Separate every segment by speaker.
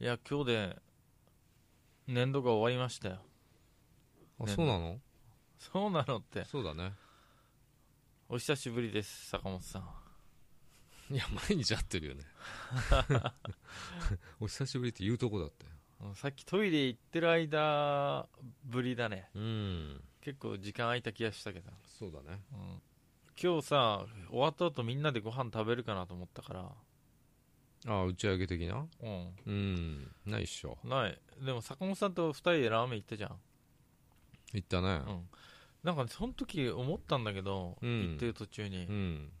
Speaker 1: いや、今日で、年度が終わりましたよ。
Speaker 2: あ
Speaker 1: ね
Speaker 2: そうなの
Speaker 1: そうなのって。
Speaker 2: そうだね
Speaker 1: お久しぶりです、坂本さん。
Speaker 2: いや毎日会ってるよ ねお久しぶりって言うとこだったよ
Speaker 1: うんさっきトイレ行ってる間ぶりだね。
Speaker 2: うん
Speaker 1: 結構時間空いた気がしたけど。
Speaker 2: そうだね
Speaker 1: うん今日さ、終わった後みんなでご飯食べるかなと思ったから。
Speaker 2: ああ打ち上げ的な
Speaker 1: うん。
Speaker 2: うんないっしょ
Speaker 1: ない。でも坂本さんと二人でラーメン行ったじゃん。
Speaker 2: 行ったね
Speaker 1: うん。なんかね、その時思ったんだけど、
Speaker 2: うん
Speaker 1: 行ってる途中に。
Speaker 2: うん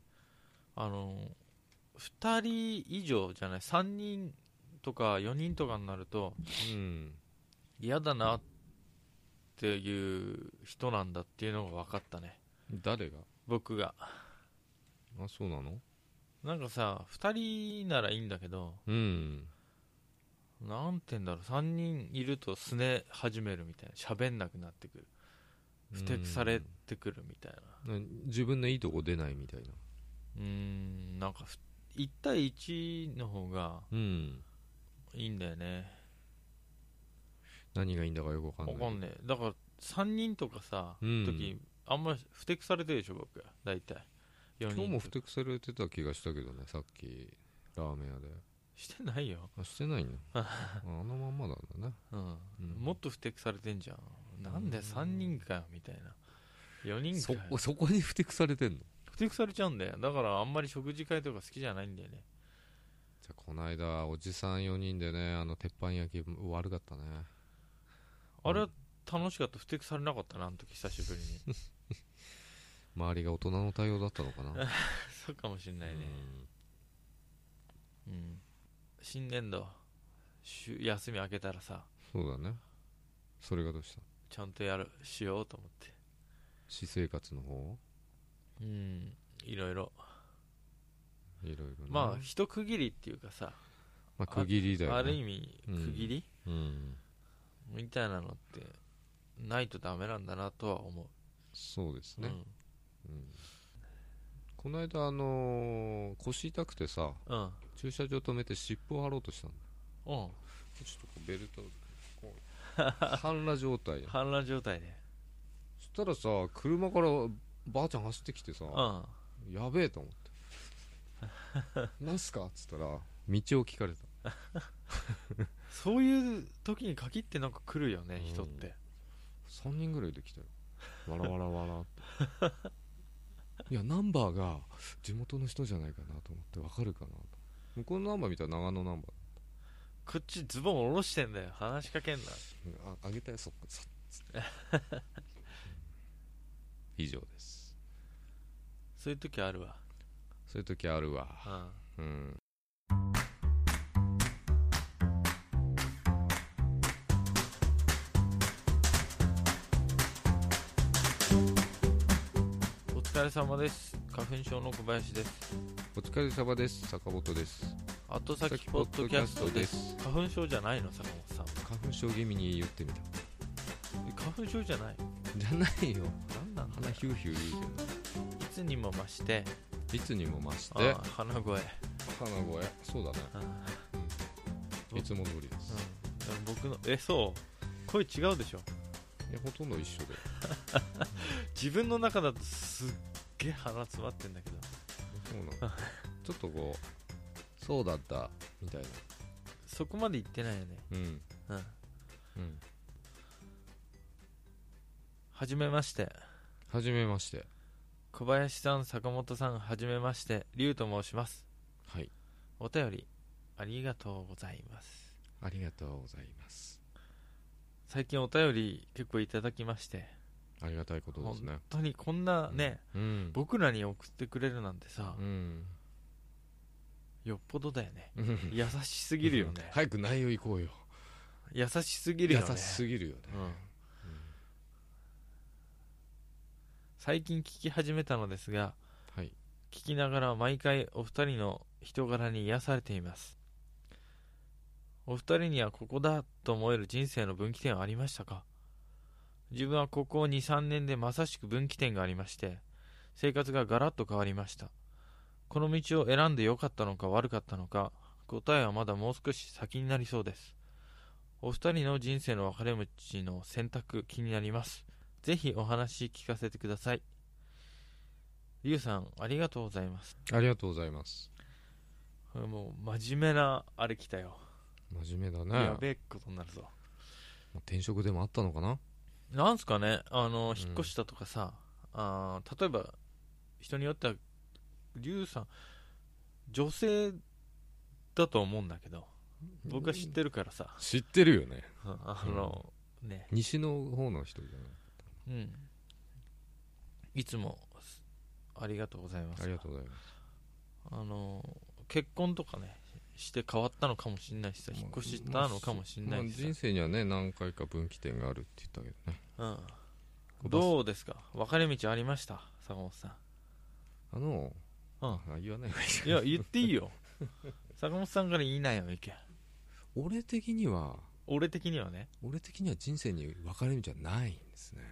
Speaker 1: あの2人以上じゃない3人とか4人とかになると
Speaker 2: うん
Speaker 1: 嫌だなっていう人なんだっていうのが分かったね
Speaker 2: 誰が
Speaker 1: 僕が
Speaker 2: あそうなの
Speaker 1: なんかさ2人ならいいんだけど
Speaker 2: うん
Speaker 1: なんて言うんだろう3人いるとすね始めるみたいな喋んなくなってくるふてくされてくるみたいな
Speaker 2: うん自分のいいとこ出ないみたいな
Speaker 1: うーんなんか1対1の方が
Speaker 2: うん
Speaker 1: いいんだよね
Speaker 2: 何がいいんだかよくわかんない
Speaker 1: わかんねえだから3人とかさ、
Speaker 2: うん
Speaker 1: 時あんまふてくされてるでしょ僕大体4人
Speaker 2: 今日も
Speaker 1: と
Speaker 2: ふてくされてた気がしたけどねさっきラーメン屋で
Speaker 1: してないよ、
Speaker 2: あしてない のあのまんまなんだね
Speaker 1: うん
Speaker 2: うん
Speaker 1: もっとふてくされてんじゃんなんで3人かよみたいな4人か
Speaker 2: そ
Speaker 1: よ
Speaker 2: そこにふてくされてんのじ
Speaker 1: ふてくされちゃうんだよだからあんまり食事会とか好きじゃないんだよね
Speaker 2: ゃあこの間おじさん4人でねあの鉄板焼き悪かったね
Speaker 1: あれは楽しかったふてくされなかったなあの時久しぶり に
Speaker 2: 周りが大人の対応だったのかな、うん
Speaker 1: そうかもしんないね、うん、新年度週休み明けたらさ
Speaker 2: そうだねそれがどうした
Speaker 1: ちゃんとやるしようと思って
Speaker 2: 私生活の方
Speaker 1: うんいろいろ
Speaker 2: いろいろね
Speaker 1: まあ一区切りっていうかさ、
Speaker 2: まあ区切りだ
Speaker 1: あ
Speaker 2: よ
Speaker 1: る
Speaker 2: ね
Speaker 1: 意味
Speaker 2: うん
Speaker 1: 区切り、
Speaker 2: うん
Speaker 1: みたいなのってないとダメなんだなとは思
Speaker 2: そうです
Speaker 1: う、
Speaker 2: ね、うんこの間あのー腰痛くてさ
Speaker 1: うんうん
Speaker 2: 駐車場止めて湿布を貼ろうとしたの
Speaker 1: うん
Speaker 2: ちょっとこうベルトこう半裸状態
Speaker 1: 反乱状態で
Speaker 2: そしたらさ車からばあちゃん走ってきてさ
Speaker 1: うんあ
Speaker 2: やべえと思って「なんすか?」っつったら道を聞かれた
Speaker 1: そういう時に限ってなんか来るよね、
Speaker 2: うん
Speaker 1: 人って
Speaker 2: 3人ぐらいで来たよわらわらわらっていやナンバーが地元の人じゃないかなと思ってわかるかなと向こうのナンバー見たら長野ナンバ
Speaker 1: こっちズボン下ろしてんだよ話しかけんな
Speaker 2: ーああげたよそっかそっつって以上です
Speaker 1: そういう時あるわ
Speaker 2: そういう時あるわ
Speaker 1: うん
Speaker 2: うん
Speaker 1: お疲れ様です花粉症の小林です
Speaker 2: お疲れ様です坂本です
Speaker 1: 後先ポッドキャストです
Speaker 2: す
Speaker 1: 花粉症じゃないの坂本さん
Speaker 2: 花粉症気味に言ってみた
Speaker 1: え花粉症じゃない
Speaker 2: じゃないよ
Speaker 1: 何なんだ
Speaker 2: 鼻
Speaker 1: よ
Speaker 2: ヒューヒュー言うけ
Speaker 1: いつにも増して
Speaker 2: どいつにも増して
Speaker 1: ああ鼻声
Speaker 2: 鼻声そうだね
Speaker 1: うんうん
Speaker 2: いつも通りです、
Speaker 1: うん、僕のえそう声違うでしょ
Speaker 2: いやほとんど一緒で
Speaker 1: 自分の中だとすっげえ鼻詰まってんだけど
Speaker 2: そうなのちょっとこうそうだったみたいな
Speaker 1: そこまで言ってないよね
Speaker 2: うん
Speaker 1: うん
Speaker 2: うん
Speaker 1: はじめまして
Speaker 2: はじめまして
Speaker 1: 小林さん坂本さんはじめまして龍と申します
Speaker 2: はい
Speaker 1: お便りありがとうございます
Speaker 2: ありがとうございます
Speaker 1: 最近お便り結構いただきまして
Speaker 2: ありがたいことですね
Speaker 1: 本当にこんなね、
Speaker 2: うん
Speaker 1: 僕らに送ってくれるなんてさ、
Speaker 2: うん
Speaker 1: よっぽどだよね
Speaker 2: うん
Speaker 1: 優しすぎるよね、
Speaker 2: 早く内容行こうよ
Speaker 1: 優しすぎる
Speaker 2: 優
Speaker 1: よね
Speaker 2: しすぎるよね
Speaker 1: うん最近聞き始めたのですが
Speaker 2: はい
Speaker 1: 聞きながら毎回お二人の人柄に癒されていますお二人にはここだと思える人生の分岐点はありましたか自分はここ23年でまさしく分岐点がありまして生活がガラッと変わりましたこの道を選んで良かったのか悪かったのか答えはまだもう少し先になりそうですお二人の人生の分かれ道の選択気になりますぜひお話聞かせてくださいリュウさんありがとうございます
Speaker 2: ありがとうございます
Speaker 1: これもう真面目なあれ来たよ
Speaker 2: 真面目だね
Speaker 1: やべえことになるぞ
Speaker 2: まあ転職でもあったのかな
Speaker 1: なんすかねあの
Speaker 2: ん
Speaker 1: 引っ越したとかさ、あー例えば人によってはリュウさん女性だと思うんだけど僕は知ってるからさ、
Speaker 2: 知ってるよね
Speaker 1: あの、ね
Speaker 2: 西の方の人じゃない
Speaker 1: うんいつもすありがとうございます
Speaker 2: ありがとうございます
Speaker 1: あの結婚とかねして変わったのかもしれないしさ
Speaker 2: まあ
Speaker 1: 引っ越したのかもしれ
Speaker 2: ま
Speaker 1: な
Speaker 2: あ
Speaker 1: いしさ
Speaker 2: 人生にはね何回か分岐点があるって言ったけどね
Speaker 1: うん、どうですか分かれ道ありました坂本さん
Speaker 2: あの
Speaker 1: うん
Speaker 2: あ言わない方がいい
Speaker 1: いや言っていいよ 坂本さんから言いなよ意見
Speaker 2: 俺的には
Speaker 1: 俺的にはね
Speaker 2: 俺的には人生に分かれ道はないんですね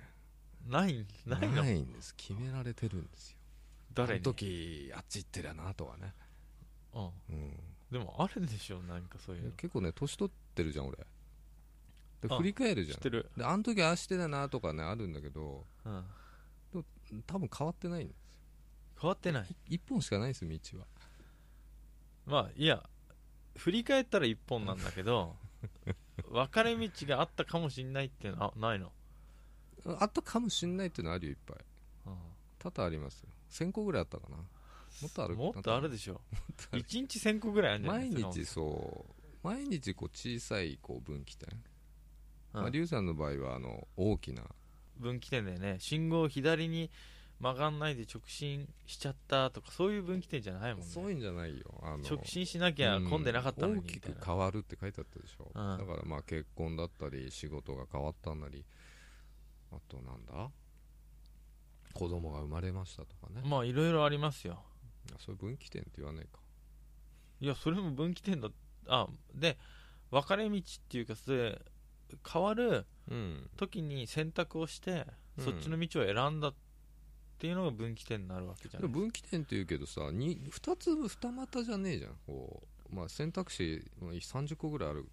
Speaker 1: ないないの
Speaker 2: ないんです決められてるんですよ
Speaker 1: 誰
Speaker 2: あ
Speaker 1: に
Speaker 2: の時あっち行ってりゃなとかね、
Speaker 1: うん、
Speaker 2: うん、
Speaker 1: でもあるでしょなんかそういうの
Speaker 2: 結構ね年取ってるじゃん俺で
Speaker 1: あ
Speaker 2: 振り返るじ
Speaker 1: 知
Speaker 2: ゃん
Speaker 1: ってる
Speaker 2: であの時ああしてたなとかねあるんだけど
Speaker 1: うん
Speaker 2: 多分変わってないんで
Speaker 1: 変わってない
Speaker 2: す一本しかないんですよ道は
Speaker 1: まあいや振り返ったら一本なんだけ ど分かれ道があったかもしんないっていうのはあないの、
Speaker 2: あったかもしんないっていうのあるよいっぱい
Speaker 1: うん
Speaker 2: 多々ありますよ1000個ぐらいあったかなもっとある
Speaker 1: もっとあるでしょ1日1000個ぐらいあるんじゃない
Speaker 2: 毎日
Speaker 1: 坂
Speaker 2: そう毎日こう小さいこう分岐点、ま
Speaker 1: 本さ
Speaker 2: あ、
Speaker 1: んうん
Speaker 2: リュウさんの場合はあの大きな
Speaker 1: 分岐点でね信号を左に曲がんないで直進しちゃったとかそういう分岐点じゃないもんね
Speaker 2: そういうんじゃないよあの
Speaker 1: 直進しなきゃ
Speaker 2: うん
Speaker 1: 混んでなかったのに
Speaker 2: 大
Speaker 1: み
Speaker 2: き
Speaker 1: たい
Speaker 2: く
Speaker 1: な、
Speaker 2: 変わるって書いてあったでしょ、
Speaker 1: うん
Speaker 2: だからまあ結婚だったり仕事が変わったなりあとなんだ子供が生まれましたとかね、
Speaker 1: まあいろいろありますよ
Speaker 2: そういう分岐点って言わないか
Speaker 1: いやそれも分岐点だあで分かれ道っていうかそれ変わる
Speaker 2: うん
Speaker 1: 時に選択をして、
Speaker 2: うん
Speaker 1: そっちの道を選んだっていうのが分岐点になるわけじゃ
Speaker 2: で
Speaker 1: な
Speaker 2: も
Speaker 1: い
Speaker 2: 分岐点って言うけどさ 2, 二つ二股じゃねえじゃんこう、まあ、選択肢まあ30個ぐらいある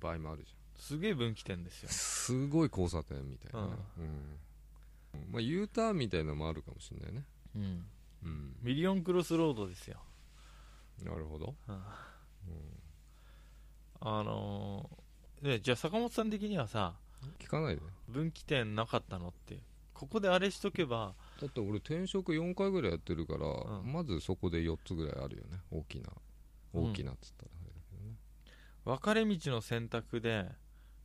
Speaker 2: 場合もあるじゃん
Speaker 1: すげえ分岐点ですよ
Speaker 2: すごい交差点みたいなね、うんまあ、U ターンみたいなのもあるかもしれないね、
Speaker 1: うん
Speaker 2: うん、
Speaker 1: ミリオンクロスロードですよ
Speaker 2: なるほど、
Speaker 1: うん
Speaker 2: うん
Speaker 1: あのーねじゃあ坂本さん的にはさ
Speaker 2: 聞かないで
Speaker 1: 分岐点なかったのってここであれしとけば
Speaker 2: だって俺転職4回ぐらいやってるから、
Speaker 1: うん
Speaker 2: まずそこで4つぐらいあるよね大きな
Speaker 1: うん
Speaker 2: 大きなっつったらあれだけどね、
Speaker 1: 分かれ道の選択で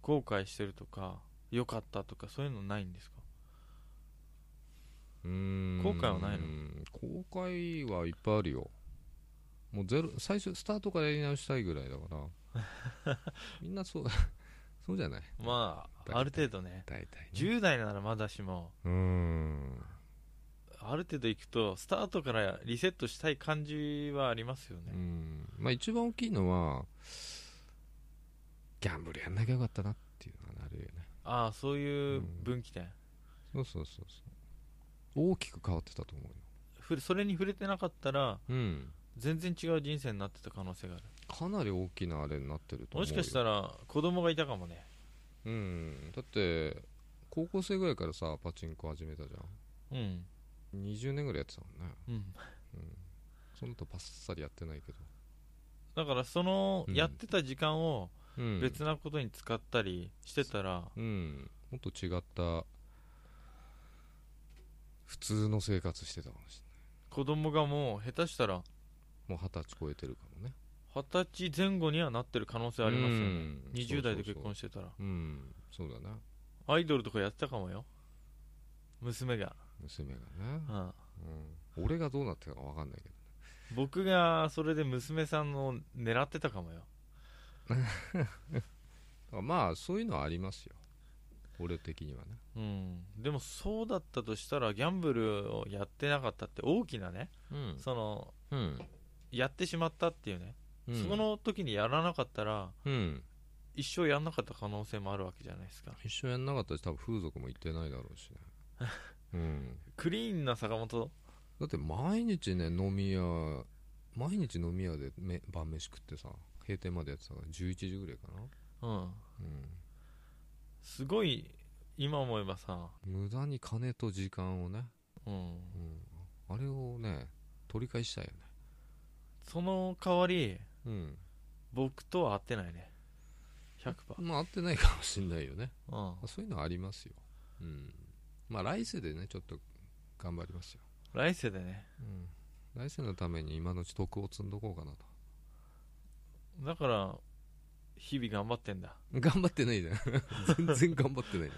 Speaker 1: 後悔してるとか良かったとかそういうのないんですか
Speaker 2: うーん
Speaker 1: 後悔はないの
Speaker 2: うん後悔はいっぱいあるよもうゼロ最初スタートからやり直したいぐらいだから みんなそう そうじゃない
Speaker 1: まあある程度ね
Speaker 2: 大体ね
Speaker 1: 10代ならまだしも
Speaker 2: うーん
Speaker 1: ある程度行くとスタートからリセットしたい感じはありますよ
Speaker 2: う
Speaker 1: ね、
Speaker 2: んまあ一番大きいのはギャンブルやんなきゃよかったなっていうのがあるよね
Speaker 1: ああそういう分岐点、
Speaker 2: そうそうそうそう大きく変わってたと思うよ
Speaker 1: ふそれに触れてなかったら
Speaker 2: うん
Speaker 1: 全然違う人生になってた可能性がある
Speaker 2: かなり大きなあれになってると思うよ
Speaker 1: もしかしたら子供がいたかもね
Speaker 2: うんだって高校生ぐらいからさパチンコ始めたじゃん
Speaker 1: うん
Speaker 2: 20年ぐらいやってたもんね、
Speaker 1: うん
Speaker 2: うん、そのとバッサリやってないけど、
Speaker 1: だからその
Speaker 2: うん
Speaker 1: やってた時間を
Speaker 2: うん、
Speaker 1: 別なことに使ったりしてたら、
Speaker 2: うんもっと違った普通の生活してたかもしれ
Speaker 1: 子供がもう下手したら
Speaker 2: ないもう二十歳超えてるかもね
Speaker 1: 二十歳前後にはなってる可能性ありますよね、
Speaker 2: うん
Speaker 1: 20代で結婚してたら
Speaker 2: うんそうだな
Speaker 1: アイドルとかやってたかもよ娘が、
Speaker 2: 娘がね、
Speaker 1: うん、
Speaker 2: うん、俺がどうなってたか分かんないけど
Speaker 1: 僕がそれで娘さんを狙ってたかもよ
Speaker 2: だからまあそういうのはありますよ俺的にはね
Speaker 1: うん、でもそうだったとしたらギャンブルをやってなかったって大きなね、
Speaker 2: うん
Speaker 1: その
Speaker 2: うん、
Speaker 1: やってしまったっていうね、
Speaker 2: うん、
Speaker 1: そこの時にやらなかったら
Speaker 2: うん
Speaker 1: 一生やんなかった可能性もあるわけじゃないですか
Speaker 2: 一緒やんなかったし多分風俗も行ってないだろ うしね、うん、
Speaker 1: クリーンな坂本
Speaker 2: だって毎日ね飲み屋毎日飲み屋でめ晩飯食ってさ閉店までやってたから11時ぐらいかな
Speaker 1: うん
Speaker 2: う
Speaker 1: すごい今思えばさ
Speaker 2: ん無駄に金と時間をね、
Speaker 1: うん
Speaker 2: うん、あれをね取り返したいよね
Speaker 1: その代わり
Speaker 2: うん
Speaker 1: 僕とは合ってないね100%
Speaker 2: まあ合ってないかもしんないよね
Speaker 1: うん
Speaker 2: まあそういうのはありますようんまあ来世でねちょっと頑張りますよ、
Speaker 1: 来世でね
Speaker 2: うん、来世のために今のうち徳を積んどこうかなと
Speaker 1: だから日々頑張ってんだ
Speaker 2: 頑張ってないね 全然頑張 ってないね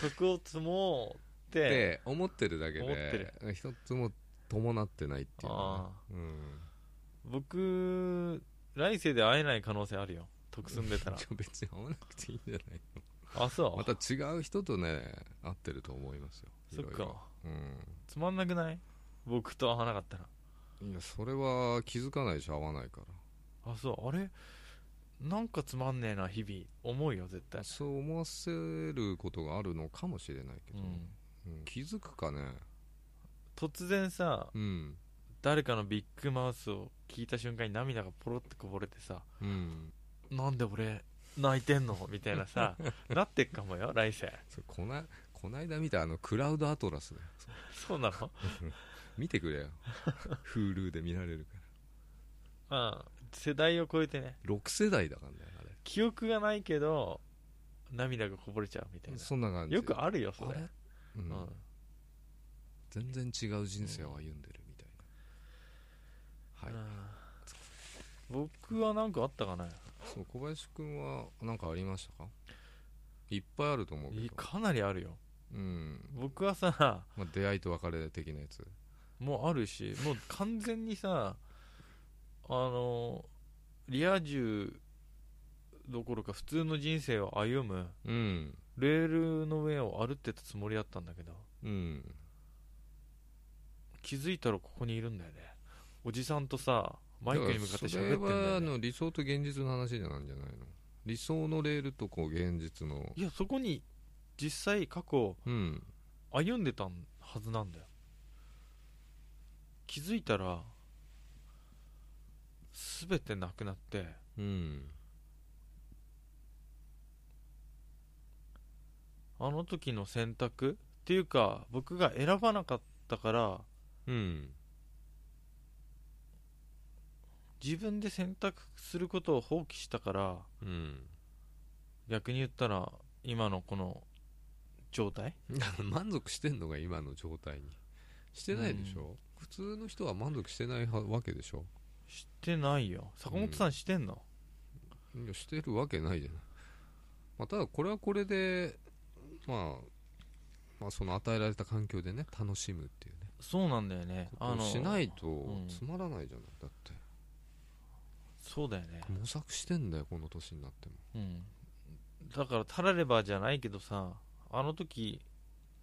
Speaker 1: 徳を積もうって
Speaker 2: って思ってるだけ
Speaker 1: 思って
Speaker 2: で一つも伴ってないっていう
Speaker 1: あ
Speaker 2: か
Speaker 1: あ
Speaker 2: ね、
Speaker 1: 僕来世で会えない可能性あるよ徳積んでた
Speaker 2: うん、
Speaker 1: ら
Speaker 2: じゃあ別に会わなくていいんじゃない
Speaker 1: あそう
Speaker 2: また違う人とね合ってると思いますよ
Speaker 1: そっ
Speaker 2: いろい
Speaker 1: か
Speaker 2: ろう
Speaker 1: つまんなくない僕と会わなかったら
Speaker 2: んいやそれは気づかないし合わないか
Speaker 1: あそうあれなんかつまんねえな日々思うよ絶対
Speaker 2: らそう思わせることがあるのかもしれないけ
Speaker 1: う
Speaker 2: ど、
Speaker 1: ん
Speaker 2: うん気づくかね
Speaker 1: 突然さ
Speaker 2: うん
Speaker 1: 誰かのビッグマウスを聞いた瞬間に涙がポロってこぼれてさ
Speaker 2: うん
Speaker 1: なんで俺泣いてんのみたいな さなってっかもよ来世
Speaker 2: それこないこないだ見たあのクラウドアトラスだよそう
Speaker 1: そうなの
Speaker 2: 見てく れよ Hulu で見られるから
Speaker 1: まあ世代を超えてね
Speaker 2: 6世代だからねあれ
Speaker 1: 記憶がないけど涙がこぼれちゃうみたいな
Speaker 2: そんな感じ
Speaker 1: よくあるよそ
Speaker 2: あ
Speaker 1: れ
Speaker 2: れ、う
Speaker 1: うんん、
Speaker 2: 全然違う人生を歩んでるみたいな、はい
Speaker 1: うん僕はなんかあったかな
Speaker 2: そう小林君は何かありましたかいっぱいあると思うけ
Speaker 1: い
Speaker 2: ど、
Speaker 1: かなりあるよ
Speaker 2: うん
Speaker 1: 僕はさ
Speaker 2: まあ、出会いと別れ的なやつ
Speaker 1: もうあるしもう完全にさあのリア充どころか普通の人生を歩む
Speaker 2: うん
Speaker 1: レールの上を歩ってたつもりだったんだけど
Speaker 2: うん
Speaker 1: 気づいたらここにいるんだよねおじさんとさマイクに向かって喋ってん
Speaker 2: だからそれ
Speaker 1: だ
Speaker 2: はあ
Speaker 1: よ、ね、
Speaker 2: の理想と現実の話じゃないんじゃないの理想のレールとこう現実の
Speaker 1: いやそこに実際過去
Speaker 2: うん
Speaker 1: 歩んでたはずなんだよ気づいたら全てなくなって
Speaker 2: うん
Speaker 1: あの時の選択っていうか僕が選ばなかったから
Speaker 2: うん
Speaker 1: 自分で選択することを放棄したから
Speaker 2: うん
Speaker 1: 逆に言ったら今のこの状態
Speaker 2: 満足してんのが今の状態にしてないでしょ、普通の人は満足してないはわけでしょ
Speaker 1: してないよ坂本さんしてんの、
Speaker 2: いやしてるわけないじゃない、まあ、ただこれはこれで、まあ、まあその与えられた環境でね楽しむっていうね
Speaker 1: そうなんだよね
Speaker 2: こ
Speaker 1: あ
Speaker 2: と
Speaker 1: の
Speaker 2: をしない
Speaker 1: うん
Speaker 2: とつまらないじゃない、だって
Speaker 1: そうだよね、
Speaker 2: 模索してんだよこの年になっても
Speaker 1: うん、だからたらればじゃないけどさあの時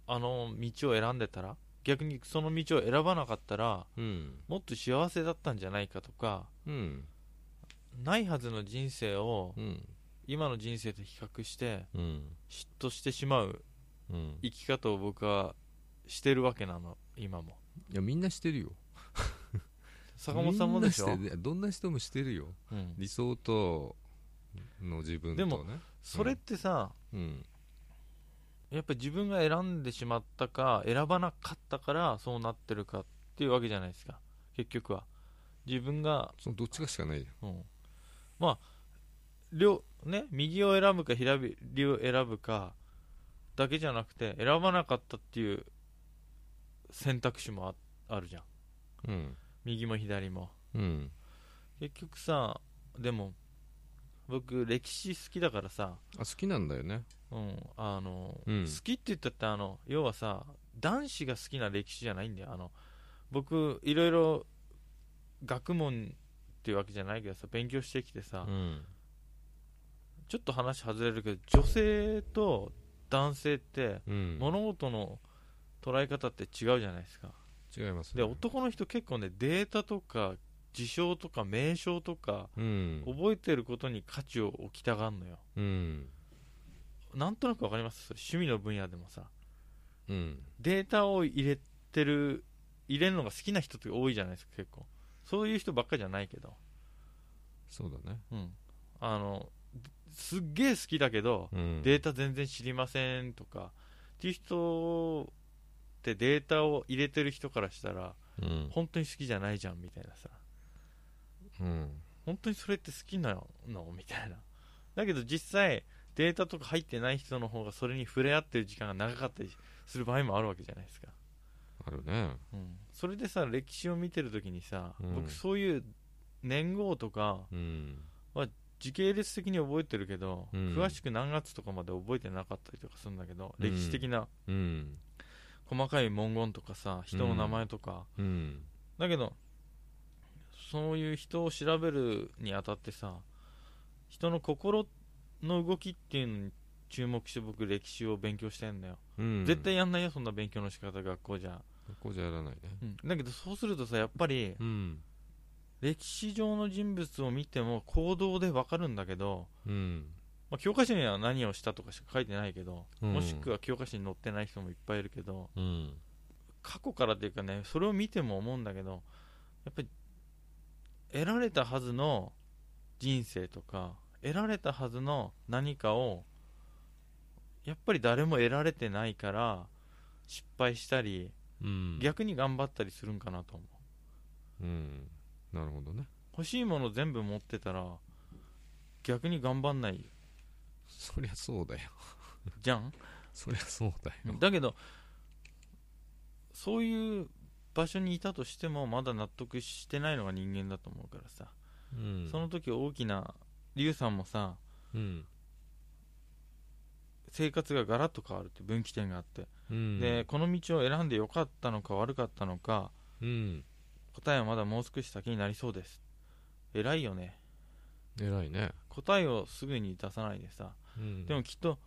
Speaker 1: あの道を選んでたら逆にその道を選ばなかったら
Speaker 2: うん
Speaker 1: もっと幸せだったんじゃないかとか
Speaker 2: うん
Speaker 1: ないはずの人生を
Speaker 2: うん
Speaker 1: 今の人生と比較して
Speaker 2: うん
Speaker 1: 嫉妬してしまう
Speaker 2: うん
Speaker 1: 生き方を僕はしてるわけなの今も
Speaker 2: いやみんなしてるよ
Speaker 1: 坂本さんもでしょ
Speaker 2: みんなてるどんな人もしてるよ
Speaker 1: うん
Speaker 2: 理想との自分とね
Speaker 1: でもそれってさ、
Speaker 2: うん
Speaker 1: やっぱ自分が選んでしまったか選ばなかったからそうなってるかっていうわけじゃないですか結局は自分が、
Speaker 2: そのどっちかしかないじ
Speaker 1: うん、まあ両ね右を選ぶか左を選ぶかだけじゃなくて選ばなかったっていう選択肢もああるじゃん
Speaker 2: ゃんうん
Speaker 1: 右も左も
Speaker 2: うん
Speaker 1: 結局さでも僕歴史好きだからさ、
Speaker 2: あ好きなんだよね
Speaker 1: うんあの
Speaker 2: うん
Speaker 1: 好きって言ったってあの要はさ男子が好きな歴史じゃないんだよあの僕いろいろ学問っていうわけじゃないけどさ勉強してきてさ、
Speaker 2: うん
Speaker 1: ちょっと話外れるけど女性と男性って
Speaker 2: うん
Speaker 1: 物事の捉え方って違うじゃないですか
Speaker 2: 違います
Speaker 1: で
Speaker 2: ね
Speaker 1: 男の人結構ねデータとか事象とか名称とか
Speaker 2: うん
Speaker 1: 覚えてることに価値を置きたがんのよ
Speaker 2: うん
Speaker 1: なんとなくわかりますそれ趣味の分野でもさ
Speaker 2: うん
Speaker 1: データを入れてる入れるのが好きな人って多いじゃないですか結構そういう人ばっかじゃないけど、
Speaker 2: そうだね
Speaker 1: うん、あのすっげえ好きだけど、
Speaker 2: うん
Speaker 1: データ全然知りませんとかっていう人ってデータを入れてる人からしたら
Speaker 2: うん
Speaker 1: 本当に好きじゃないじゃんみたいなさ
Speaker 2: うん
Speaker 1: 本当にそれって好きなのみたいなだけど実際データとか入ってない人の方がそれに触れ合ってる時間が長かったりする場合もあるわけじゃないですか、
Speaker 2: あるね
Speaker 1: うん、それでさ歴史を見てるときにさ、
Speaker 2: うん
Speaker 1: 僕そういう年号とか
Speaker 2: うん
Speaker 1: 時系列的に覚えてるけど、
Speaker 2: うん
Speaker 1: 詳しく何月とかまで覚えてなかったりとかするんだけど、
Speaker 2: うん
Speaker 1: 歴史的な
Speaker 2: うん
Speaker 1: 細かい文言とかさ人の名前とか、
Speaker 2: うん
Speaker 1: だけどそういう人を調べるにあたってさ人の心の動きっていうのに注目して僕歴史を勉強してんだよ、
Speaker 2: うん
Speaker 1: 絶対やんないよそんな勉強の仕方学校じゃ、
Speaker 2: ここじゃやらないね
Speaker 1: うんだけどそうするとさやっぱり
Speaker 2: うん
Speaker 1: 歴史上の人物を見ても行動でわかるんだけど、
Speaker 2: うん
Speaker 1: まあ、教科書には何をしたとかしか書いてないけど、
Speaker 2: うん
Speaker 1: もしくは教科書に載ってない人もいっぱいいるけど
Speaker 2: うん
Speaker 1: 過去からっていうかねそれを見ても思うんだけどやっぱり得られたはずの人生とか得られたはずの何かをやっぱり誰も得られてないから失敗したり
Speaker 2: うん
Speaker 1: 逆に頑張ったりするんかなと思う
Speaker 2: うんなるほどね
Speaker 1: 欲しいもの全部持ってたら逆に頑張んない
Speaker 2: そりゃそうだよ
Speaker 1: じゃん
Speaker 2: そりゃそうだよ
Speaker 1: だけどそういう場所にいたとしてもまだ納得してないのが人間だと思うからさ、
Speaker 2: うん
Speaker 1: その時大きなリュウさんもさ
Speaker 2: うん
Speaker 1: 生活がガラッと変わるって分岐点があって、
Speaker 2: うん
Speaker 1: でこの道を選んでよかったのか悪かったのか
Speaker 2: うん
Speaker 1: 答えはまだもう少し先になりそうです偉いよね
Speaker 2: 偉いね
Speaker 1: 答えをすぐに出さないでさ
Speaker 2: うん
Speaker 1: でもきっと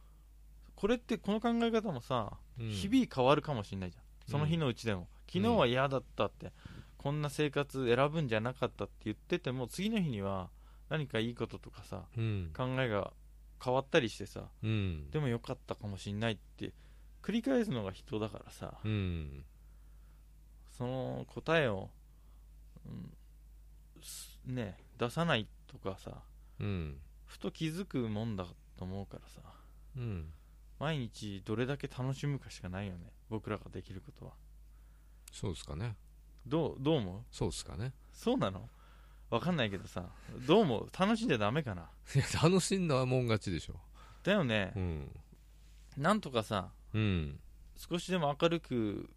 Speaker 1: これってこの考え方もさ
Speaker 2: うん
Speaker 1: 日々変わるかもしれないじゃん、その日のうちでも昨日は嫌だったって、こんな生活選ぶんじゃなかったって言ってても次の日には何かいいこととかさ
Speaker 2: うん
Speaker 1: 考えが変わったりしてさ
Speaker 2: うん
Speaker 1: でも良かったかもしれないって繰り返すのが人だからさ、
Speaker 2: うん
Speaker 1: その答えを、うんすね出さないとかさ
Speaker 2: うん
Speaker 1: ふと気づくもんだと思うからさ
Speaker 2: うん
Speaker 1: 毎日どれだけ楽しむかしかないよね僕らができることは
Speaker 2: そうっすかね
Speaker 1: どうどう思う
Speaker 2: そうっすかね
Speaker 1: そうなのわかんないけどさどうも楽しんじゃダメかない
Speaker 2: や楽しんだもん勝ちでしょ
Speaker 1: だよね
Speaker 2: う、ん
Speaker 1: なんとかさ
Speaker 2: うん
Speaker 1: 少しでも明るく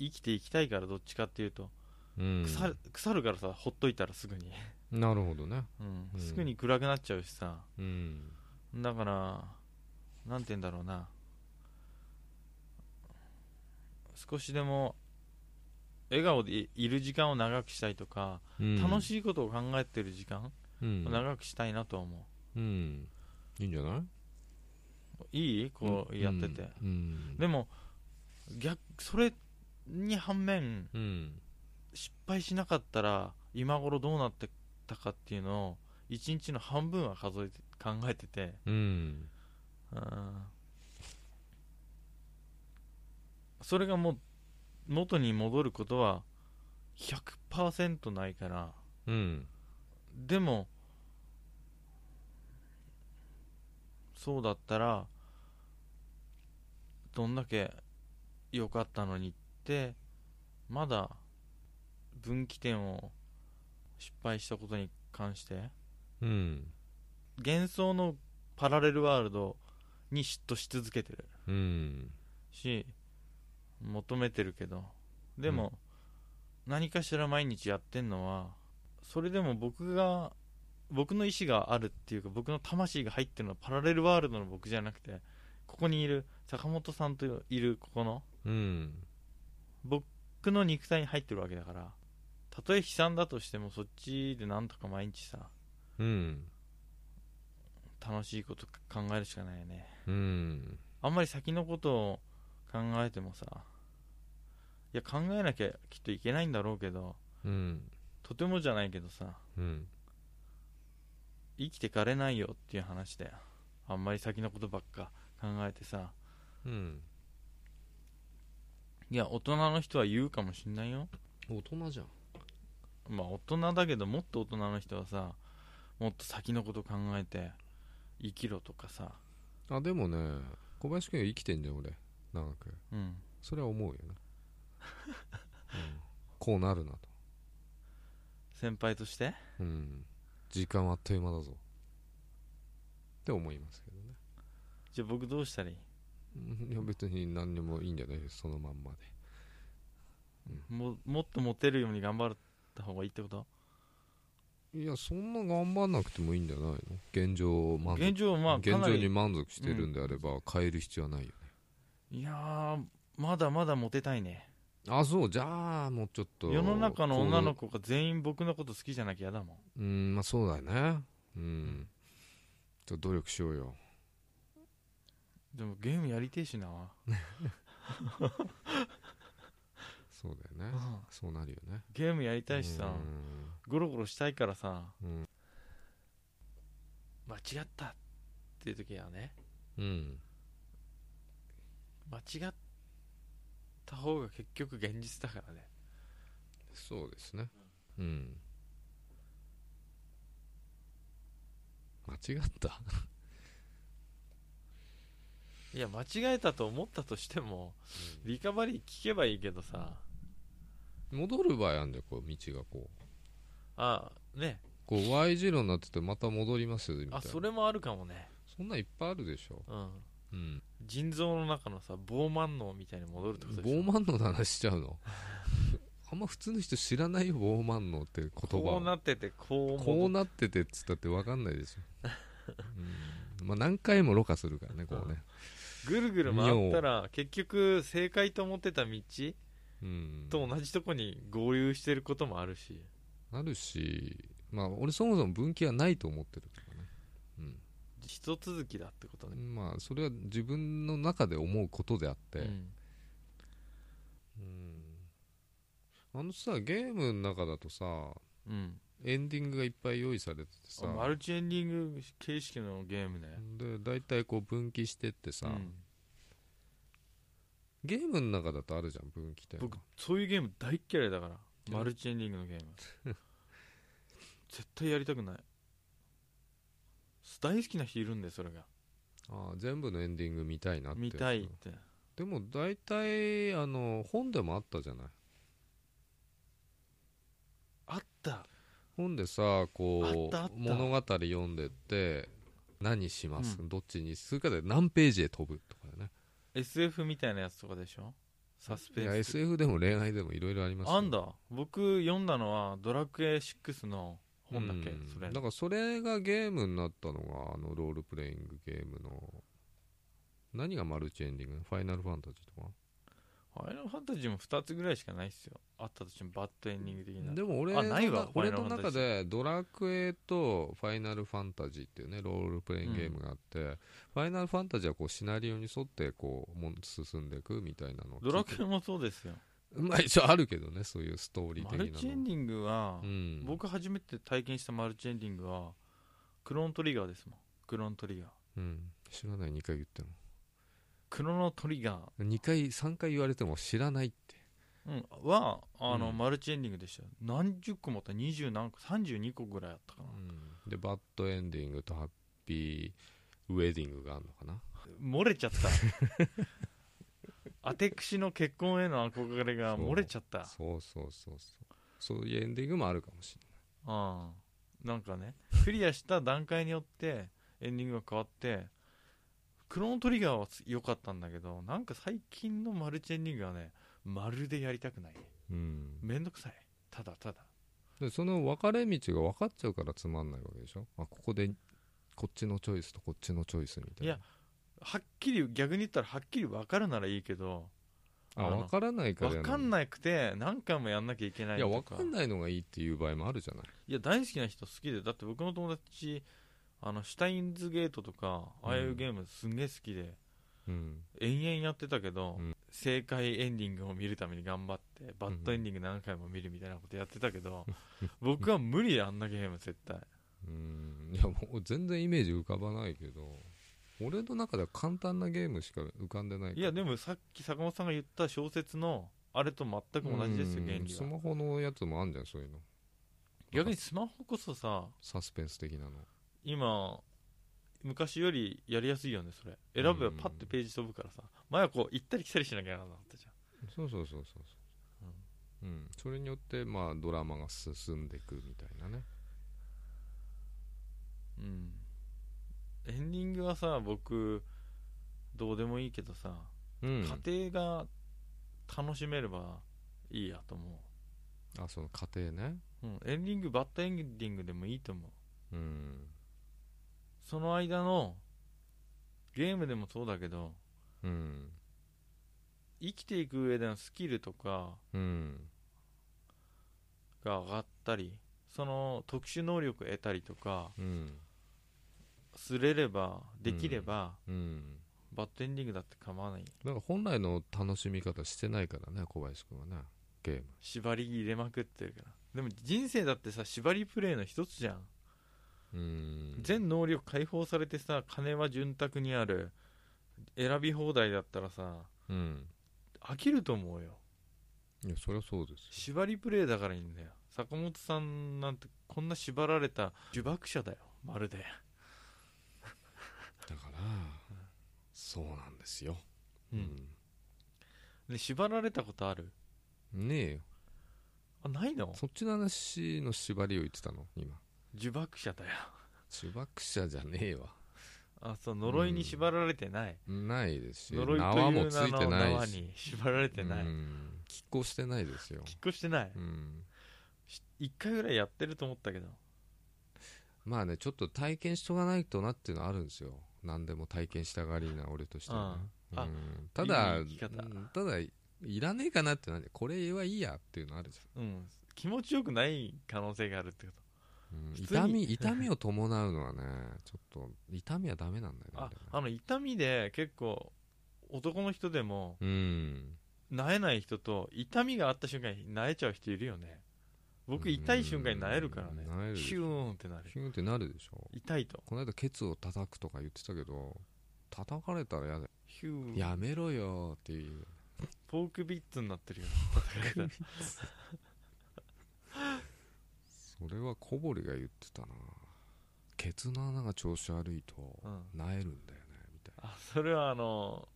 Speaker 1: 生きていきたいからどっちかっていうと、
Speaker 2: うん
Speaker 1: 腐る腐るからさほっといたらすぐ に、
Speaker 2: なるほどね
Speaker 1: うん
Speaker 2: うん
Speaker 1: すぐに暗くなっちゃうしさ
Speaker 2: うん
Speaker 1: だからなんて言うんだろうな少しでも笑顔でいいる時間を長くしたいとか、楽
Speaker 2: い
Speaker 1: しいことを考えてる時間
Speaker 2: うん
Speaker 1: を長くしたいなと思う、
Speaker 2: うんいいんじゃない
Speaker 1: いいこうやってて、
Speaker 2: うん
Speaker 1: でも逆それに反面
Speaker 2: うん
Speaker 1: 失敗しなかったら今頃どうなってたかっていうのを一日の半分は数えて考えてて
Speaker 2: うん
Speaker 1: うんそれがもう元に戻ることは100%ないから
Speaker 2: うん
Speaker 1: でもそうだったらどんだけ良かったのにってまだ分岐点を失敗したことに関して
Speaker 2: うん
Speaker 1: 幻想のパラレルワールドに嫉妬し続けてる
Speaker 2: うん
Speaker 1: し求めてるけどでも、何かしら毎日やってんのはそれでも僕が僕の意思があるっていうか僕の魂が入ってるのはパラレルワールドの僕じゃなくてここにいる坂本さんといるここの
Speaker 2: うん
Speaker 1: 僕の肉体に入ってるわけだからたとえ悲惨だとしてもそっちでなんとか毎日さ
Speaker 2: うん
Speaker 1: 楽しいこと考えるしかないよね
Speaker 2: うん
Speaker 1: あんまり先のことを考えてもさいや考えなきゃきっといけないんだろうけど
Speaker 2: うん
Speaker 1: とてもじゃないけどさ
Speaker 2: うん
Speaker 1: 生きてかれないよっていう話だよあんまり先のことばっか考えてさ
Speaker 2: うん
Speaker 1: いや大人の人は言うかもしんないよ
Speaker 2: 大人じゃん
Speaker 1: まあ大人だけどもっと大人の人はさもっと先のこと考えて生きろとかさ
Speaker 2: あでもね小林君は生きてんじゃん俺長く
Speaker 1: うん
Speaker 2: それは思うよな、うんこうなるなと
Speaker 1: 先輩として
Speaker 2: うん時間はあっという間だぞって思いますけどね
Speaker 1: じゃあ僕どうしたらいい
Speaker 2: うんいや別に何にもいいんじゃないですそのまんまで
Speaker 1: ももっとモテるように頑張った方がいいってこと
Speaker 2: いやそんな頑張んなくてもいいんじゃないの現状を満足
Speaker 1: 現状まあ
Speaker 2: 現
Speaker 1: かな
Speaker 2: 状に
Speaker 1: り
Speaker 2: 満足してるんであれば変える必要はないよね、
Speaker 1: いやーまだまだモテたいね
Speaker 2: あそうじゃあもうちょっと
Speaker 1: 世の中の女の
Speaker 2: 子
Speaker 1: 子が全員僕のこと好きじゃなきゃ嫌だもん
Speaker 2: うんまあそうだよねうんちょっと努力しようよ
Speaker 1: でもゲームやりてえしな、
Speaker 2: そうだよねそうなるよね
Speaker 1: ゲームやりたいしさゴロゴロしたいからさ
Speaker 2: うん
Speaker 1: 間違ったっていう時はね
Speaker 2: うんうん
Speaker 1: 間違った方が結局現実だからね
Speaker 2: そうですねうん間違った
Speaker 1: いや間違えたと思ったとしてもリカバリー聞けばいいけどさ
Speaker 2: 戻る場合あんじゃんこう道がこう
Speaker 1: ああね
Speaker 2: こう Y 字路になっててまた戻りますよみたいな
Speaker 1: あそれもあるかもね
Speaker 2: そんなんいっぱいあるでしょ
Speaker 1: うん
Speaker 2: うん
Speaker 1: 腎臓の中のさ膨慢脳みたいに戻るってことでしょ
Speaker 2: 傲慢の話しちゃうのあんま普通の人知らないよ傲慢のって言葉
Speaker 1: こうなっててこう
Speaker 2: こう
Speaker 1: 戻
Speaker 2: なっててっつったって分かんないでしょ、うんまあ、何回もろ過するからねこうね、
Speaker 1: ぐるぐる回ったら結局正解と思ってた道
Speaker 2: うん、
Speaker 1: と同じとこに合流してることもあるし
Speaker 2: なるしまあ俺そもそも分岐はないと思ってるからね、
Speaker 1: 一続きだってこと
Speaker 2: う
Speaker 1: ね、
Speaker 2: ん、まあそれは自分の中で思うことであって、
Speaker 1: うん
Speaker 2: うんあのさゲームの中だとさ
Speaker 1: うん
Speaker 2: エンディングがいっぱい用意されててさ
Speaker 1: マルチエンディング形式のゲームね
Speaker 2: で大体こう分岐してってさ、
Speaker 1: うん
Speaker 2: ゲームの中だとあるじゃん分岐点
Speaker 1: 僕そういうゲーム大っ嫌いだから
Speaker 2: うん
Speaker 1: マルチエンディングのゲーム 絶対やりたくない大好きな人いるんでそれが
Speaker 2: ああ全部のエンディング見たいなって
Speaker 1: 見たいって
Speaker 2: でも大体あの本でもあったじゃない
Speaker 1: あった
Speaker 2: 本でさこ
Speaker 1: あったあった
Speaker 2: う物語読んでって何します、どっちにするかで何ページへ飛ぶとかね
Speaker 1: SF みたいなやつとかでしょサスペ
Speaker 2: いや
Speaker 1: ンス
Speaker 2: SF でも恋愛でもいろいろありますよ
Speaker 1: あんだ僕読んだのは「ドラクエ6」の本だけ
Speaker 2: うん
Speaker 1: それ
Speaker 2: だからそれがゲームになったのがあのロールプレイングゲームの何がマルチエンディングファイナルファンタジーとか
Speaker 1: ファイナルファンタジーも2つぐらいしかないっすよあったとしてもバッドエンディング的な
Speaker 2: でも俺
Speaker 1: あないわ
Speaker 2: の俺の
Speaker 1: ファイナルファンタ
Speaker 2: 中
Speaker 1: ジ
Speaker 2: でドラクエとファイナルファンタジーっていうねロールプレイングゲームがあって、ファイナルファンタジーはこうシナリオに沿ってこうもん進んでいくみたいなのを聞いて
Speaker 1: ドラクエもそうですよ
Speaker 2: まあ一応あるけどねそういうストーリー
Speaker 1: マ
Speaker 2: 的なの
Speaker 1: ルチエンディングは、
Speaker 2: うん、
Speaker 1: 僕初めて体験したマルチエンディングはクロントリガーですもんクロントリガー
Speaker 2: うん、知らない2回言っても
Speaker 1: クロノトリガー、
Speaker 2: 2回3回言われても知らないって
Speaker 1: うん、はあの、
Speaker 2: うん
Speaker 1: マルチエンディングでしたよ何十個もあった二十何個32個ぐらいあったかな、
Speaker 2: でバッドエンディングとハッピーウェディングがあるのかな
Speaker 1: 漏れちゃった アテクシの結婚への憧れが漏れちゃった
Speaker 2: そうそうそうそうそういうエンディングもあるかもしれ
Speaker 1: ああなんかねクリアした段階によってエンディングが変わってクロノトリガーは良かったんだけどなんか最近のマルチエンディングはねまるでやりたくない
Speaker 2: ない、うん、
Speaker 1: めんどくさいただただ
Speaker 2: でその分かれ道が分かっちゃうからつまんないわけでしょあここでこっちのチョイスとこっちのチョイスみたいない
Speaker 1: やはっきり逆に言ったらはっきり分かるならいいけど
Speaker 2: あ
Speaker 1: あの
Speaker 2: 分からないから
Speaker 1: 分かん
Speaker 2: な
Speaker 1: なくて何回もやんなきゃいけないい
Speaker 2: や
Speaker 1: と
Speaker 2: 分
Speaker 1: か
Speaker 2: かんないのがいいっていう場合もあるじゃない
Speaker 1: いや大好きな人好きでだって僕の友達あのシュタインズゲートとかああいうゲームすんげえ好きで、
Speaker 2: うん
Speaker 1: 延々やってたけど、
Speaker 2: うん
Speaker 1: 正解エンディングを見るために頑張ってバッドエンディング何回も見るみたいなことやってたけど、 僕は無理あんなゲーム絶対
Speaker 2: うんいやもう全然イメージ浮かばないけど俺の中では簡単なゲームしか浮かんでないから
Speaker 1: いやでもさっき坂本さんが言った小説のあれと全く同じですよ
Speaker 2: うん
Speaker 1: 原理
Speaker 2: ス
Speaker 1: は
Speaker 2: マホのやつもあんじゃんそういうの
Speaker 1: 逆にスマホこそさ
Speaker 2: サスペンス的なの
Speaker 1: 今昔よりやりやすいよねそれ選べばパッてページ飛ぶからさ前はこう行ったり来たりしなきゃならなかったじゃん
Speaker 2: そうそうそうそうそううん、それによってまあドラマが進んでいくみたいなね
Speaker 1: うんエンディングはさ僕どうでもいいけどさ、
Speaker 2: うん
Speaker 1: 家庭が楽しめればいいやと思
Speaker 2: あその家庭ね
Speaker 1: う、うん、エンディングバッドエンディングでもいいと思う
Speaker 2: うん
Speaker 1: その間のゲームでもそうだけど
Speaker 2: うん
Speaker 1: 生きていく上でのスキルとか
Speaker 2: うん
Speaker 1: が上がったりその特殊能力を得たりとか
Speaker 2: うん
Speaker 1: すれればできれば、
Speaker 2: うん
Speaker 1: バッドエンディングだって構わない
Speaker 2: なんか本来の楽しみ方してないからね小林君はねゲーム
Speaker 1: 縛り入れまくってるからでも人生だってさ縛りプレイの一つじゃん
Speaker 2: うん
Speaker 1: 全能力解放されてさ金は潤沢にある選び放題だったらさ
Speaker 2: うん
Speaker 1: 飽きると思うよ
Speaker 2: いやそりゃそうですよ
Speaker 1: 縛りプレイだからいいんだよ坂本さんなんてこんな縛られた呪縛者だよまるで
Speaker 2: だから、そうなんですよ、
Speaker 1: うん、で縛られたことある
Speaker 2: うんねえよ
Speaker 1: あないの
Speaker 2: そっちの話の縛りを言ってたの今
Speaker 1: 呪縛者だよ
Speaker 2: 呪縛者じゃねえわ
Speaker 1: あそう呪いに縛られてない、
Speaker 2: ないですし
Speaker 1: 呪いと
Speaker 2: 縄
Speaker 1: い
Speaker 2: も
Speaker 1: う
Speaker 2: つ
Speaker 1: 名
Speaker 2: いて
Speaker 1: の
Speaker 2: な
Speaker 1: 縄
Speaker 2: いし
Speaker 1: に縛られてない、
Speaker 2: うん拮抗してないですよ、
Speaker 1: 拮抗してない、
Speaker 2: うん、
Speaker 1: し一回ぐらいやってると思ったけど
Speaker 2: まあねちょっと体験しとかないとなっていうのはあるんですよ何でも体験したがりな俺としてはね、
Speaker 1: ああ
Speaker 2: うんただ
Speaker 1: いい生き方
Speaker 2: うんただいらねえかなってなんでこれはいいやっていうのあるじ
Speaker 1: うん気持ちよくない可能性があるってこと
Speaker 2: ゃん、うん
Speaker 1: 普通
Speaker 2: 痛
Speaker 1: に
Speaker 2: み痛みを伴うのはねちょっと痛みはダメなんだよね
Speaker 1: あ
Speaker 2: れね
Speaker 1: あの痛みで結構男の人でも
Speaker 2: うん
Speaker 1: 萎えない人と痛みがあった瞬間に萎えちゃう人いるよね僕痛い瞬間に萎えるからね
Speaker 2: うん萎えるでしょ
Speaker 1: ヒューンってなる
Speaker 2: ヒュンってなるでしょ
Speaker 1: 痛いと
Speaker 2: この間ケツを叩くとか言ってたけど叩かれたらやだよ、
Speaker 1: ヒューン
Speaker 2: やめろよっていう
Speaker 1: ポークビッツになってるよ
Speaker 2: それは小堀が言ってたなケツの穴が調子悪いと
Speaker 1: うん
Speaker 2: なえるんだよねみたい
Speaker 1: あそれはあの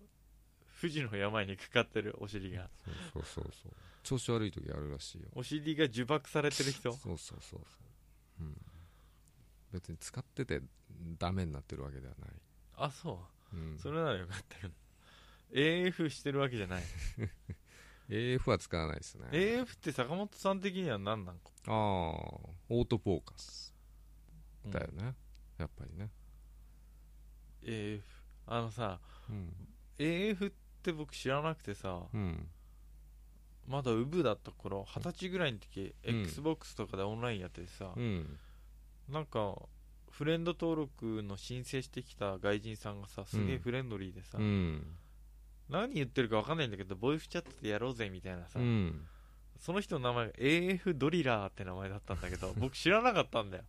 Speaker 1: 富士の病にかかってるお尻が
Speaker 2: なそうそうそうそう調子悪い時やるらしいよ
Speaker 1: お尻が呪縛されてる人
Speaker 2: そうそうそうそう、うん、別に使っててダメになってるわけではない、
Speaker 1: あそう
Speaker 2: うん、
Speaker 1: それならよかったけど AF してるわけじゃない
Speaker 2: AF は使わないですね
Speaker 1: AF って坂本さん的には何なんか、
Speaker 2: ああオートフォーカス
Speaker 1: うん
Speaker 2: だよね、やっぱりね、
Speaker 1: AF あのさ
Speaker 2: うん、
Speaker 1: AF って僕知らなくてさ、
Speaker 2: うん。
Speaker 1: まだウブだった頃二十歳ぐらいの時、
Speaker 2: うん
Speaker 1: XBOX とかでオンラインやっててさ、
Speaker 2: うん。
Speaker 1: なんかフレンド登録の申請してきた外人さんがさすげえフレンドリーでさ、
Speaker 2: うん。
Speaker 1: 何言ってるか分かんないんだけどボイフチャットでやろうぜみたいなさ、
Speaker 2: うん。
Speaker 1: その人の名前が AF ドリラーって名前だったんだけ ど僕知らなかったんだよ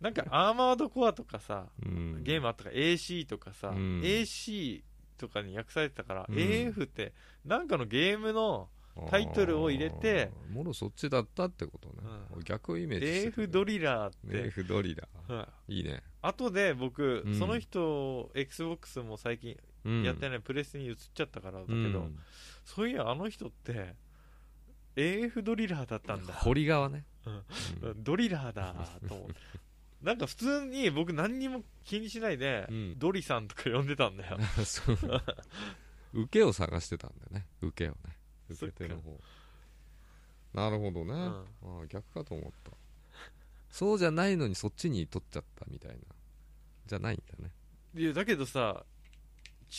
Speaker 1: なんかアーマードコアとかさ
Speaker 2: うん。
Speaker 1: ゲームあったから AC とかさ、
Speaker 2: うん
Speaker 1: AC とかに訳されてたから、
Speaker 2: うん
Speaker 1: AF ってなんかのゲームのタイトルを入れて
Speaker 2: あー。もろそっちだったってことね。
Speaker 1: う
Speaker 2: 逆をイメージしてた
Speaker 1: AF ドリラーって、
Speaker 2: AF ドリだ。
Speaker 1: はい
Speaker 2: いいね。
Speaker 1: 後で僕、
Speaker 2: うん
Speaker 1: その人 XBOX も最近やって
Speaker 2: い
Speaker 1: ない、プレスに移っちゃったからだけど、そういやあの人って AF ドリラーだったんだ、
Speaker 2: 堀川ね。
Speaker 1: うん
Speaker 2: うん
Speaker 1: ドリラーだと 思ってなんか普通に僕何にも気にしないで、
Speaker 2: うん
Speaker 1: ドリさんとか呼んでたんだよ
Speaker 2: そう。受けを探してたんだよね。受けをね。受け手の方。なるほどね。
Speaker 1: ん
Speaker 2: あー逆かと思った。そうじゃないのにそっちに取っちゃったみたいな。じゃないんだね。
Speaker 1: いやだけどさ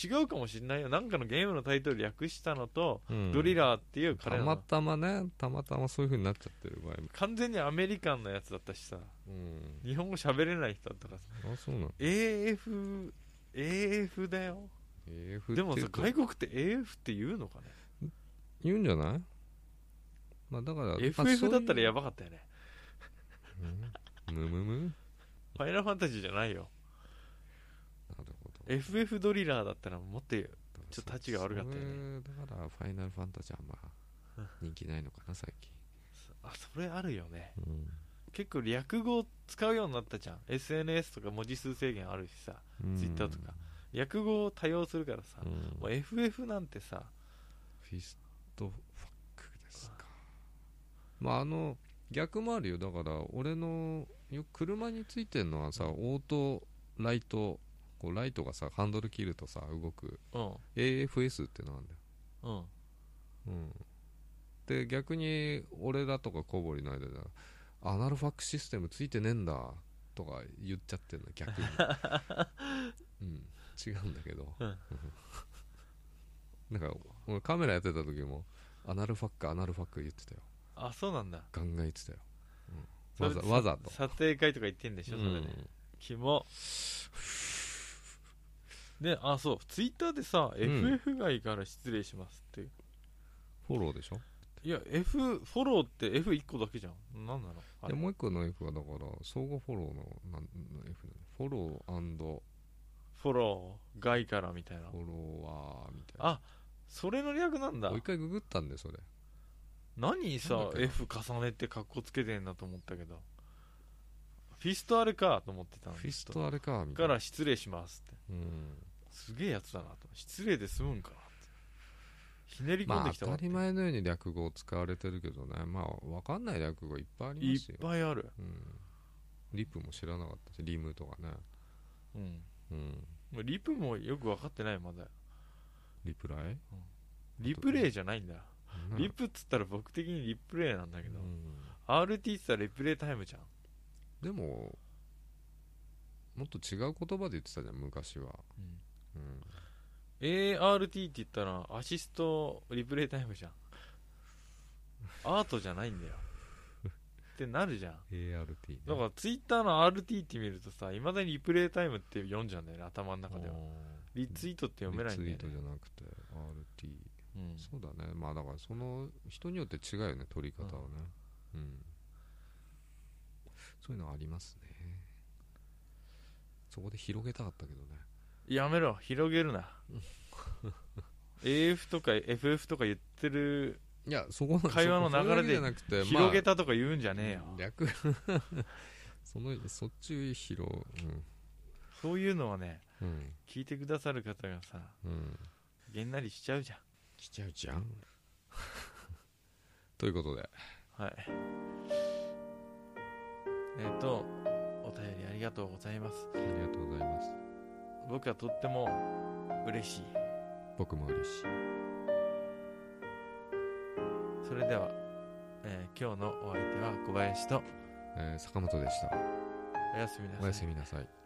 Speaker 1: 違うかもしんないよなんかのゲームのタイトル略したのと、
Speaker 2: うん
Speaker 1: ドリラーっていう
Speaker 2: た
Speaker 1: 彼
Speaker 2: ま
Speaker 1: の
Speaker 2: たまねたまたまそういうふうになっちゃってる場合も
Speaker 1: 完全にアメリカンのやつだったしさ
Speaker 2: うん
Speaker 1: 日本語喋れない人だったからさ
Speaker 2: あそうなの
Speaker 1: AF AF だよ
Speaker 2: AF って
Speaker 1: でも
Speaker 2: 言
Speaker 1: さ
Speaker 2: うと
Speaker 1: 外国って AF って言うのかね
Speaker 2: 言うんじゃないまあだからまあそうい
Speaker 1: FF
Speaker 2: う
Speaker 1: だったらやばかったよね
Speaker 2: うんむむむな
Speaker 1: ファイナルファンタジーじゃないよ
Speaker 2: るほど
Speaker 1: FF ドリラーだったらもっと言うちょっと
Speaker 2: 立
Speaker 1: 立ちが悪かったよね
Speaker 2: だからファイナルファンタジーはまあ人気ないのかな最近
Speaker 1: あそれあるよね
Speaker 2: うん
Speaker 1: 結構略語を使うようになったじゃん SNS とか文字数制限あるしさ
Speaker 2: うん
Speaker 1: ツイッターとか略語を多用するからさ、
Speaker 2: うん
Speaker 1: もう FF なんてさ
Speaker 2: フィストファックですかまああの逆もあるよだから俺のよく車についてるのはさオートライトこうライトがさハンドル切るとさ動く
Speaker 1: うん
Speaker 2: AFS ってのなんだよ
Speaker 1: うん
Speaker 2: うんで逆に俺らとか小堀の間でアナロファックシステムついてねえんだとか言っちゃってんの逆に、 うん、違うんだけど、
Speaker 1: うん
Speaker 2: なんか俺カメラやってた時もアナルファックアナルファック言ってたよ
Speaker 1: あそうなんだ
Speaker 2: ガンガン言ってたよ、うん、
Speaker 1: そ
Speaker 2: わ
Speaker 1: れ
Speaker 2: ざわざと
Speaker 1: さ撮影会とか行ってんでしょそれで、
Speaker 2: うん
Speaker 1: キモであそうツイッターでさ、
Speaker 2: うん
Speaker 1: FF 外から失礼しますって
Speaker 2: フォローでしょ
Speaker 1: いや F フォローって F1 個だけじゃん何なのあ
Speaker 2: で
Speaker 1: れ
Speaker 2: もう一個の F がだから相互フォローのなんの F なのフォロ
Speaker 1: フォロー外からみたいな
Speaker 2: ーフォロワーみたいな
Speaker 1: あそれの略なんだ
Speaker 2: もう一回ググったんでそれ
Speaker 1: 何
Speaker 2: なん
Speaker 1: さ
Speaker 2: だっけな
Speaker 1: F 重ねてカッコつけてんだと思ったけどフィストあれかと思ってたの
Speaker 2: フィストあれかみた
Speaker 1: か
Speaker 2: いな
Speaker 1: ら失礼しますって
Speaker 2: うん
Speaker 1: すげえやつだなと失礼で済むんかなってひねり込ん
Speaker 2: ま
Speaker 1: で
Speaker 2: あ
Speaker 1: きた
Speaker 2: 当
Speaker 1: わっ
Speaker 2: た
Speaker 1: て
Speaker 2: り前のように略語を使われてるけどねまあ分かんない略語いっぱいあ
Speaker 1: い
Speaker 2: りま
Speaker 1: っ
Speaker 2: すよ、
Speaker 1: ぱいある
Speaker 2: うん、リップも知らなかったしリムとかね、
Speaker 1: うん
Speaker 2: うん、
Speaker 1: もうリプもよく分かってないまだ
Speaker 2: リプライ
Speaker 1: リプレイじゃないんだ
Speaker 2: ね
Speaker 1: リプっつったら僕的にリプレイなんだけど、
Speaker 2: うん
Speaker 1: RT っつったらリプレイタイムじゃん
Speaker 2: でももっと違う言葉で言ってたじゃん昔は、うん、
Speaker 1: ART って言ったらアシストリプレイタイムじゃんアートじゃないん だよってなるじゃん
Speaker 2: ART ね
Speaker 1: だからツイッターの RT って見るとさいまだにリプレイタイムって読んじゃうんだよね頭の中では
Speaker 2: うん
Speaker 1: リツイートって読めないんだ
Speaker 2: リ
Speaker 1: よ
Speaker 2: ツイートじ
Speaker 1: ね
Speaker 2: ゃなくて RT、
Speaker 1: うん
Speaker 2: そうだねまあだからその人によって違うよね取り方はねうん、そういうのありますねそこで広げたかったけどね
Speaker 1: やめろ広げる な AF とか FF とか言ってる
Speaker 2: いやそこ
Speaker 1: 会話の流れで
Speaker 2: そこそこだけじゃなくて
Speaker 1: 広げ
Speaker 2: た
Speaker 1: たとか言うんじゃねえよ
Speaker 2: 略 そのそっち広
Speaker 1: そういうのはね
Speaker 2: うんうん
Speaker 1: 聞いてくださる方がさ
Speaker 2: うん
Speaker 1: げんなりしちゃうじゃ
Speaker 2: しちゃうじゃん ということで
Speaker 1: んはいえっ、とお便りありがとうございます
Speaker 2: ありがとうございます
Speaker 1: 僕はとっても嬉しい
Speaker 2: 僕も嬉しい
Speaker 1: それでは、えー今日のお相手は小林と
Speaker 2: えー坂本でした
Speaker 1: おやすみなさい
Speaker 2: おやすみなさい